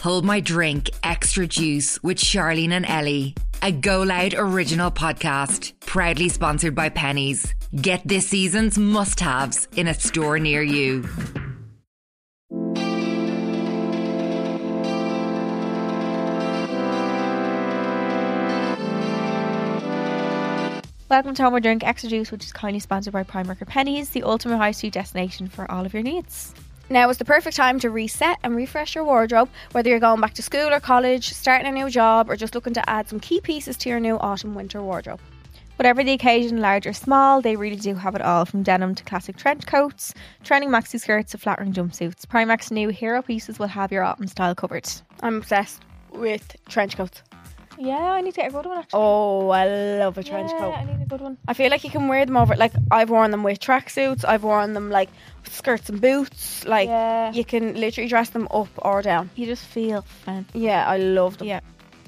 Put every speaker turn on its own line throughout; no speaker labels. Hold My Drink Extra Juice with Charlene and Ellie, a Go Loud original podcast, proudly sponsored by Pennies. Get this season's must haves in a store near you.
Welcome to Homer Drink Extra Juice, which is kindly sponsored by Primark Pennies, the ultimate high street destination for all of your needs.
Now is the perfect time to reset and refresh your wardrobe, whether you're going back to school or college, starting a new job, or just looking to add some key pieces to your new autumn winter wardrobe.
Whatever the occasion, large or small, they really do have it all from denim to classic trench coats, trending maxi skirts to flattering jumpsuits. Primark's new hero pieces will have your autumn style covered.
I'm obsessed with trench coats.
Yeah, I need to get a good one actually.
Oh, I love a trench
yeah,
coat.
I need a good one.
I feel like you can wear them over. Like I've worn them with tracksuits. I've worn them like with skirts and boots. Like
Yeah.
you can literally dress them up or down.
You just feel fancy.
Yeah, I love them.
Yeah.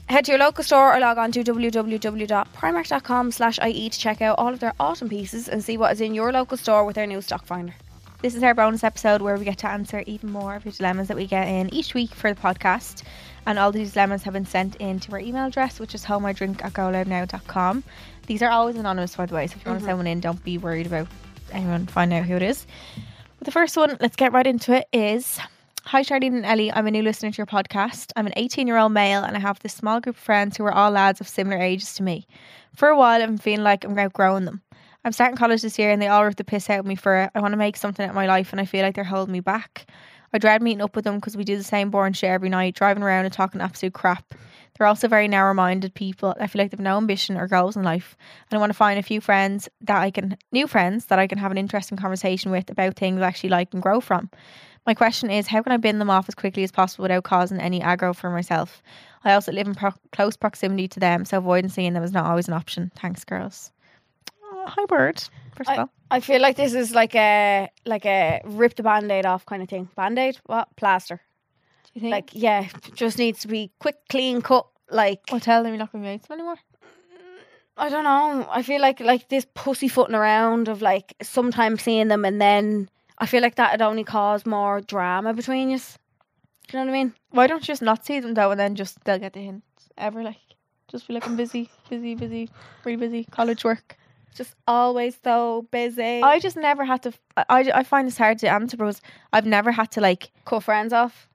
Head to your local store or log on to www.primark.com slash
E
IE to check out all of their autumn pieces and see what is in your local store with their new stock finder.
This is our bonus episode where we get to answer even more of your dilemmas that we get in each week for the podcast. And all these dilemmas have been sent in to our email address, which is homeydrink at goloudnow.com. These are always anonymous, by the way, so if you want to send one in, don't be worried about anyone finding out who it is. But the first one, let's get right into it, is Hi, Charlene and Ellie. I'm a new listener to your podcast. I'm an 18 year old male and I have this small group of friends who are all lads of similar ages to me. For a while, I've been feeling like I'm outgrowing them. I'm starting college this year and they all rip the piss out of me for it. I want to make something out of my life and I feel like they're holding me back. I dread meeting up with them because we do the same boring shit every night, driving around and talking absolute crap. They're also very narrow minded people. I feel like they've no ambition or goals in life. And I want to find a few friends that I can, new friends that I can have an interesting conversation with about things I actually like and grow from. My question is how can I bin them off as quickly as possible without causing any aggro for myself? I also live in pro- close proximity to them, so avoiding seeing them is not always an option. Thanks, girls. Oh, hi, Bird. First of
I,
all,
I feel like this is like a like a rip the band-aid off kind of thing. Band-aid? What? Plaster.
do you think?
Like yeah, just needs to be quick, clean cut. Like
Well, tell them you're not going to be out to them anymore.
I don't know. I feel like like this pussyfooting around of like sometimes seeing them and then I feel like that'd only cause more drama between you. Do you know what I mean?
Why don't you just not see them though, and then just they'll get the hint ever like. Just be like, I'm busy, busy, busy, really busy, college work.
Just always so busy.
I just never had to. I, I, I find this hard to answer because I've never had to like.
cut friends off.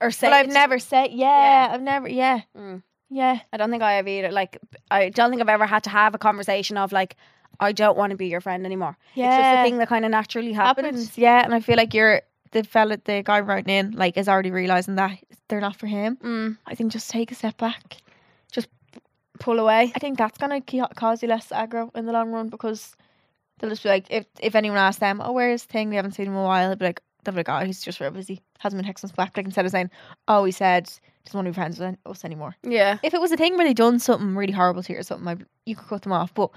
Or say
But I've
it.
never said, yeah, I've never, yeah,
Mm.
yeah.
I don't think I have either. Like I don't think I've ever had to have a conversation of like I don't want to be your friend anymore. It's just
Yeah.
a thing that kind of naturally happens.
happens. Yeah, and I feel like you're the fella, the guy writing in, like, is already realizing that they're not for him.
Mm,
I think just take a step back.
pull away.
I think that's gonna ca- cause you less aggro in the long run because they'll just be like, if if anyone asks them, oh, where's thing? They haven't seen him in a while. They'll be like, they'll be like, oh, he's just real busy. Hasn't been texting us back. Like instead of saying, oh, he said doesn't want to be friends with us anymore.
Yeah.
If it was a thing where they done something really horrible to you or something, I'd- you could cut them off. But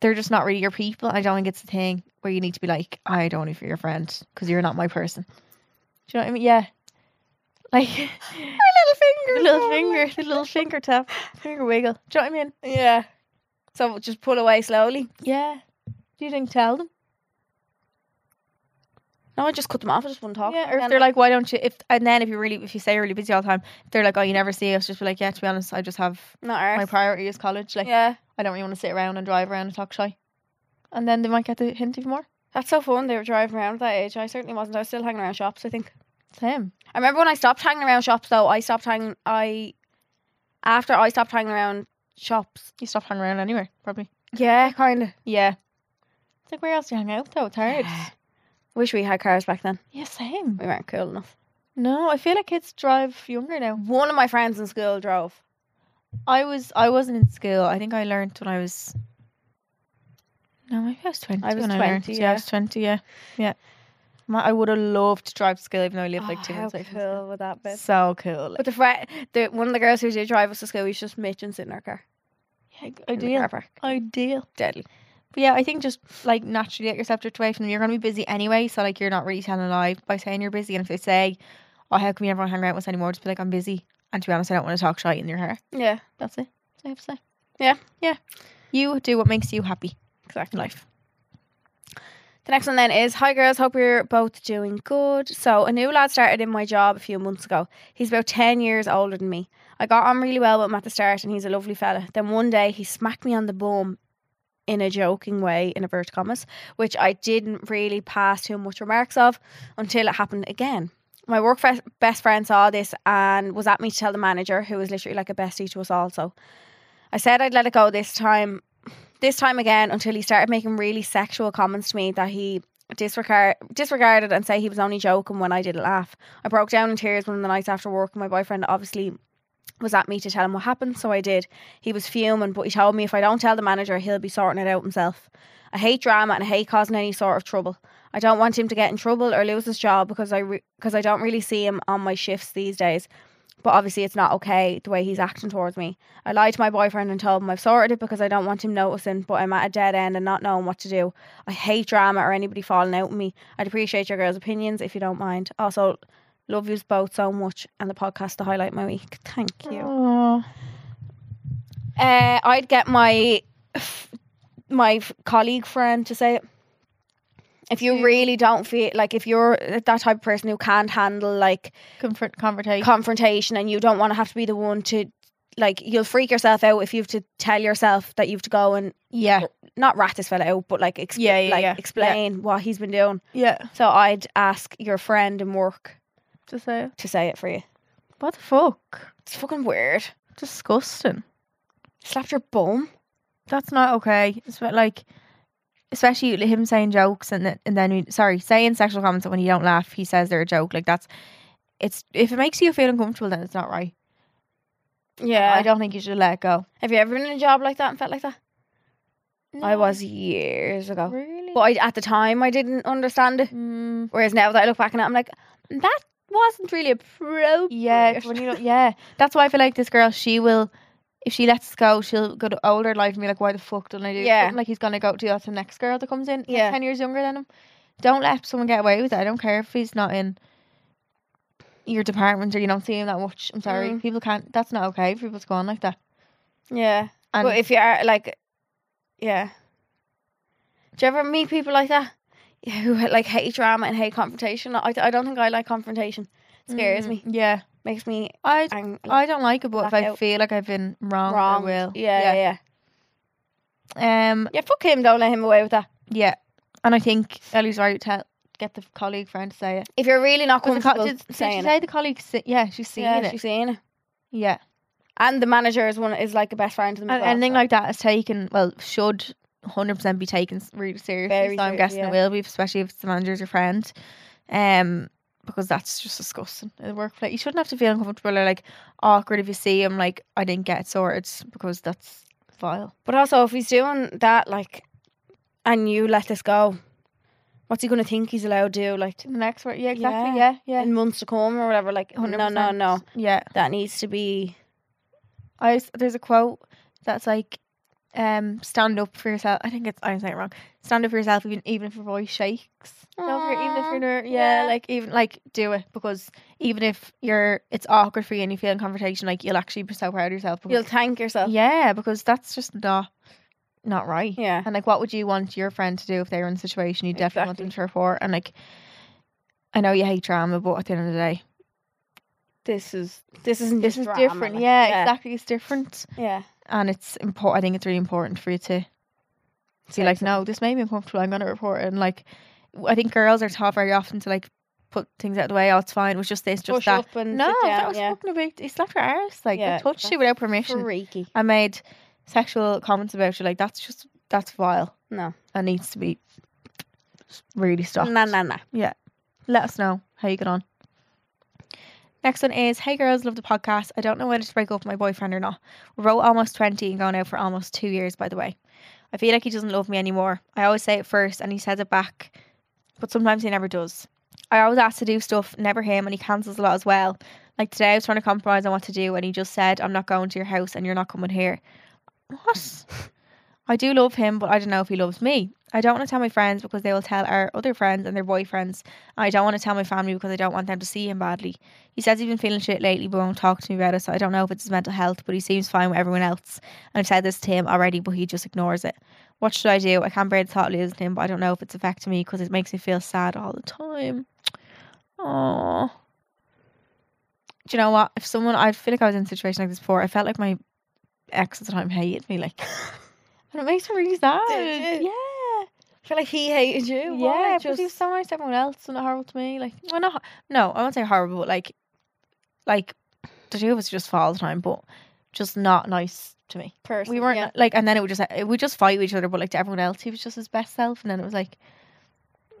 they're just not really your people. I don't think it's the thing where you need to be like, I don't want to be your friend because you're not my person. Do you know what I mean? Yeah. Like the
Little
little finger, the little finger tap, finger wiggle. Do you know what I mean?
Yeah. So just pull away slowly.
Yeah. Do you think tell them?
No, I just cut them off. I just wouldn't talk.
Yeah, or if
Then
they're like, why don't you? If and then if you really, if you say you're really busy all the time, if they're like, oh, you never see us. Just be like, yeah. To be honest, I just have
not ours.
my priority is college. Like,
yeah.
I don't really want to sit around and drive around and talk shy. And then they might get the hint even more.
That's so fun. They were driving around at that age. I certainly wasn't. I was still hanging around shops. I think.
Same.
I remember when I stopped hanging around shops though. I stopped hanging. I after I stopped hanging around shops.
You stop hanging around anywhere, probably.
Yeah, kind of.
Yeah. It's like where else do you hang out though? It's hard.
Wish we had cars back then.
yeah, same.
We weren't cool enough.
No, I feel like kids drive younger now.
One of my friends in school drove.
I was, I wasn't in school. I think I learned when I was. No, maybe I was twenty.
I was
when
20,
I learned. Yeah.
yeah.
I was twenty. Yeah, yeah. Ma- I would have loved to drive to school, even though I lived like
Oh,
two
how
minutes away. from school.
cool would that be?
So cool.
But the friend, the one of the girls who did drive us to school, was just Mitch and sit in her car.
Like,
in the car
ideal.
park.
Ideal.
Deadly.
But yeah, I think just like naturally get yourself drift away from them. You're gonna be busy anyway, so like you're not really telling a lie by saying you're busy. And if they say, "Oh, how come you never want to hang out with us anymore?" Just be like, "I'm busy." And to be honest, I don't want to talk shite in your hair.
Yeah,
That's it. That's all I have to say.
Yeah.
yeah. You do what makes you happy
exactly.
in life.
The next one then is Hi girls, hope you're both doing good. So, a new lad started in my job a few months ago. He's about 10 years older than me. I got on really well with him at the start and he's a lovely fella. Then one day he smacked me on the bum in a joking way, in inverted commas, which I didn't really pass too much remarks of until it happened again. My work fre- best friend saw this and was at me to tell the manager, who was literally like a bestie to us all. So I said I'd let it go this time, this time again, until he started making really sexual comments to me that he disregard disregarded and say he was only joking when I didn't laugh. I broke down in tears one of the nights after work, and my boyfriend obviously was at me to tell him what happened, so I did. He was fuming, but he told me if I don't tell the manager, he'll be sorting it out himself. I hate drama and I hate causing any sort of trouble. I don't want him to get in trouble or lose his job because I because I don't really see him on my shifts these days. But obviously, it's not okay the way he's acting towards me. I lied to my boyfriend and told him I've sorted it because I don't want him noticing, but I'm at a dead end and not knowing what to do. I hate drama or anybody falling out with me. I'd appreciate your girls' opinions if you don't mind. Also, love yous both so much and the podcast to highlight my week. Thank you. Uh, I'd get my my f- colleague friend to say it. If you really don't feel like if you're that type of person who can't handle like
Comfort conversation.
confrontation and you don't want to have to be the one to like you'll freak yourself out if you have to tell yourself that you have to go and
yeah.
not rat this fella out but like, expl-
Yeah, yeah,
like
yeah.
explain what he's been doing
Yeah.
so i'd ask your friend in work
Just say,
to say it for you
what the fuck?
it's fucking weird
Disgusting.
slapped your bum
That's not okay. It's about, like, especially him saying jokes and then, and then he- sorry, saying sexual comments that when you don't laugh, he says they're a joke. Like that's, it's if it makes you feel uncomfortable, then it's not right.
yeah
I don't think you should let it go.
have you ever been in a job like that and felt like that i was years ago
really, Mm.
but I, at the time i didn't understand it whereas now that i look back on it i'm like that wasn't really appropriate
yeah, it's when you don't- yeah, that's why I feel like this girl. She will, if she lets go, she'll go to older life and be like, "Why the fuck didn't I do?"
Yeah.
something?" like he's gonna go to that's the next girl that comes in, like,
Yeah.
ten years younger than him. Don't let someone get away with it. I don't care if he's not in your department or you don't see him that much. I'm sorry,
Mm.
people can't. That's not okay. for People to go on like that.
yeah
And
but if you are like, yeah. Do you ever meet people like that? Yeah, who like hate drama and hate confrontation. I, I don't think I like confrontation. It scares
Mm.
me.
Yeah,
Makes me
I
ang-
I don't like it, but if
Black
I
out.
feel like I've been wrong,
wrong.
I will.
Yeah, yeah, yeah.
yeah. Um.
Yeah, fuck him. Don't let him away with that.
Yeah, and I think Ellie's right. Tell get the colleague friend to say it.
If you're really not
Was the co-
comfortable
did, did she
saying
say
it,
the colleague? Si- yeah, she's seen
yeah,
it.
she's saying it.
yeah,
And the manager is one is like a best friend to them. as
and
well,
anything
so.
like that is taken. Well, should hundred percent be taken s- really seriously.
Very
so I'm
serious,
guessing
yeah.
it will be, especially if it's the manager's your friend. Um, because that's just disgusting in the workplace. You shouldn't have to feel uncomfortable or like awkward if you see him like I didn't get it sorted because that's vile.
But also, if he's doing that, like, and you let this go, what's he gonna think he's allowed to do? Like
The next word, yeah, exactly, yeah,
Yeah.
yeah.
in months to come or whatever. Like, no, no,
100%.
no.
Yeah,
That needs to be
I s- there's a quote that's like, um, stand up for yourself. I think it's I'm saying it wrong. Stand up for yourself, even even if your voice shakes. No, for, even if
Aw,
you're ner- yeah,
yeah.
like even like do it because even if you're it's awkward for you and you feel in confrontation, like you'll actually be so proud of yourself.
You'll
Because,
thank yourself.
yeah, because that's just not not right.
Yeah.
And like, what would you want your friend to do if they were in a situation you definitely want them to report? And like, I know you hate drama, but at the end of the day,
This is this isn't
this
just
is
drama,
different.
like,
yeah,
yeah,
exactly. It's different,
Yeah.
and it's important. I think it's really important for you to be
Say
like,
so.
no, this made me uncomfortable. I'm going to report it. And like, w- I think girls are taught very often to like put things out of the way. Oh, it's fine. It was just this, just
Push
that.
up and
No,
sit down.
that was
yeah.
fucking a big. He slapped her arse. Like,
Yeah,
they touched you
that's
without permission.
freaky.
I made sexual comments about you. Like, that's just that's vile.
No.
That needs to be really stopped.
Nah, nah, nah.
Let us know how you get on. Next one is Hey girls, love the podcast. I don't know whether to break up with my boyfriend or not. We wrote almost 20 and gone out for almost two years, by the way. I feel like he doesn't love me anymore. I always say it first and he says it back, but sometimes he never does. I always ask to do stuff, never him, and he cancels a lot as well. Like today, I was trying to compromise on what to do, and he just said, I'm not going to your house and you're not coming here. What? I do love him, but I don't know if he loves me. I don't want to tell my friends because they will tell our other friends and their boyfriends. And I don't want to tell my family because I don't want them to see him badly. He says he's been feeling shit lately but won't talk to me about it, so I don't know if it's his mental health, but he seems fine with everyone else. And I've said this to him already, but he just ignores it. What should I do? I can't bear the thought of losing him, but I don't know if it's affecting me because it makes me feel sad all the time. Aww. Do you know what? If someone, I feel like I was in a situation like this before. I felt like my ex at the time hated me, like, and it makes me really sad.
Did you?
Yeah.
I feel like he hated you. Why?
Yeah, because he was so nice to everyone else and horrible to me. Like, well, not no, I won't say horrible, but like, like the two of us just fought all the time, but just not nice to me.
person.
we weren't
yeah.
like, and then it would just it would just fight with each other, but like to everyone else, he was just his best self, and then it was like,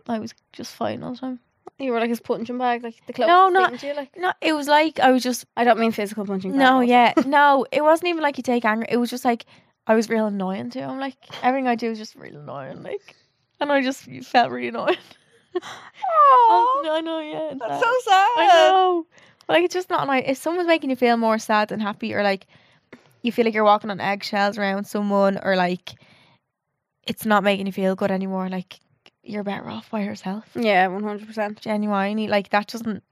I was just fighting all the time.
You were like his punching bag, like the closest
No,
no,
not-
not, you. Like
No, it was like I was just
I don't mean physical punching. bag,
no,
also.
yeah, no, it wasn't even like you take anger. It was just like I was real annoying to him. Like everything I do is just real annoying. Like, and I just felt really annoying.
Aw,
I know, yeah. it's
that's
sad.
so sad.
Oh, I know. But like it's just not nice. If someone's making you feel more sad than happy or like you feel like you're walking on eggshells around someone or like it's not making you feel good anymore, like you're better off by yourself.
Yeah, one hundred percent.
Genuinely. Like that doesn't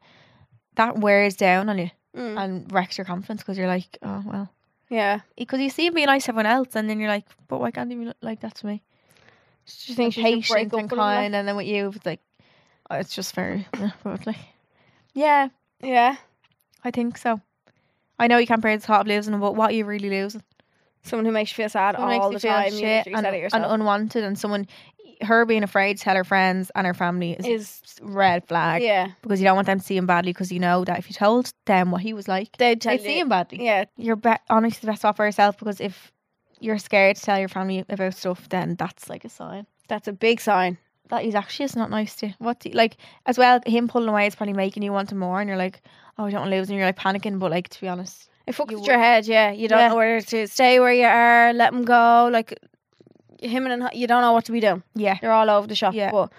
that wears down on you
Mm.
and wrecks your confidence because you're like, oh well.
Yeah.
Because you see him being nice to everyone else, and then you're like, but why can't he be li- like that to me?
Do you think she should break
patient
up
and
with him, like?
kind, and then with you, it's like, oh, it's just very, yeah, probably. Yeah,
Yeah.
I think so. I know you can't bear the thought of losing them, but what are you really losing?
Someone who makes you feel sad
Someone
all
makes
the
you feel
time. you
shit
literally
and,
said it
and
yourself.
unwanted, and someone, her being afraid to tell her friends and her family is,
is
a red flag
yeah.
because you don't want them to see him badly because you know that if you told them what he was like,
They'd tell
they'd see him badly.
Yeah.
You're be- honestly the best off for yourself because if you're scared to tell your family about stuff, then that's like a sign
That's a big sign.
that he's actually just not nice to you. What do you, like as well? Him pulling away is probably making you want him more, and you're like, oh, I don't want to lose, and you're like panicking. But like to be honest,
It fucks
You
with your head, yeah. You don't
Yeah.
know where to stay where you are, let him go. Like, him and you don't know what to be doing.
yeah,
They're all over the shop.
Yeah.
But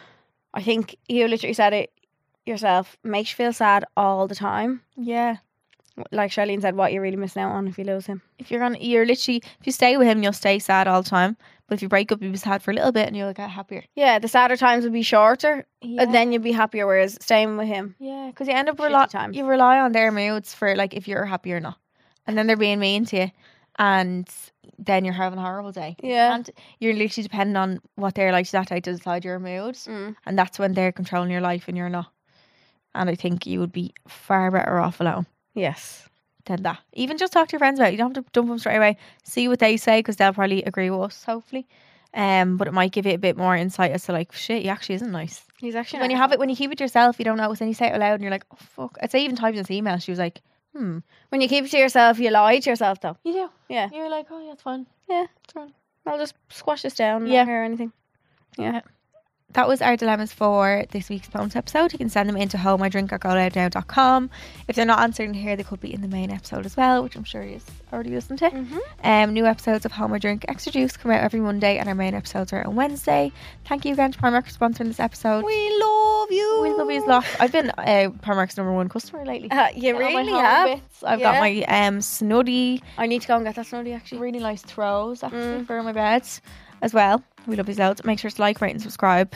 I think you literally said it yourself. Makes you feel sad all the time.
yeah.
Like Charlene said, what you're really missing out on if you lose him.
if you're gonna you're literally if you stay with him you'll stay sad all the time but if you break up you'll be sad for a little bit and you'll get happier
Yeah, the sadder times would be shorter,
yeah.
and then you'd be happier. Whereas staying with him,
yeah because you end up
Shitty
rely
times.
you rely on their moods for like if you're happy or not and then they're being mean to you and then you're having a horrible day
yeah,
and you're literally depending on what they're like that day to decide your mood
Mm.
and that's when they're controlling your life and you're not and I think you would be far better off alone
yes,
than that. Even just talk to your friends about it. You don't have to dump them straight away. See what they say because they'll probably agree with us, hopefully. Um, but it might give you a bit more insight as to like, shit, he actually isn't nice.
he's
'Cause
actually
When you have it, when you keep it to yourself, you don't know. So Then you say it out loud, and you're like, oh fuck. I'd say even typing this email, she was like, hmm,
when you keep it to yourself, you lie to yourself though.
you do.
Yeah.
You're like, oh yeah, it's fun.
I'll just squash this down.
Yeah.
Yeah, or anything. Yeah,
that was our dilemmas for this week's bonus episode. You can send them into home I drink com. If they're not answered in here, they could be in the main episode as well, which I'm sure you've already listened to.
Mhm.
Um, new episodes of Home I Drink Extra Juice come out every Monday, and our main episodes are on Wednesday. Thank you again to Primark for sponsoring this episode.
we love you.
We love you lots. I've been uh, Primark's number one customer lately.
Uh, you
Get all my
really
home
have.
bits. I've got
Yeah.
my um, snuddy
I need to go and get that snowdy actually.
really nice throws actually
Mm.
for my beds as well. We love these loads. Make sure to like, rate, and subscribe.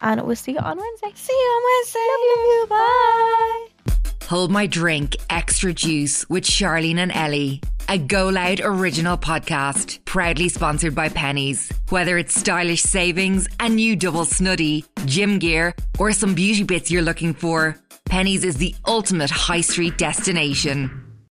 And we'll see you on Wednesday. See you on Wednesday. Love you. Bye.
Hold My Drink Extra Juice with Charlene and Ellie, a Go Loud original podcast, proudly sponsored by Pennies. Whether it's stylish savings, a new double snuddy, gym gear, or some beauty bits you're looking for, Pennies is the ultimate high street destination.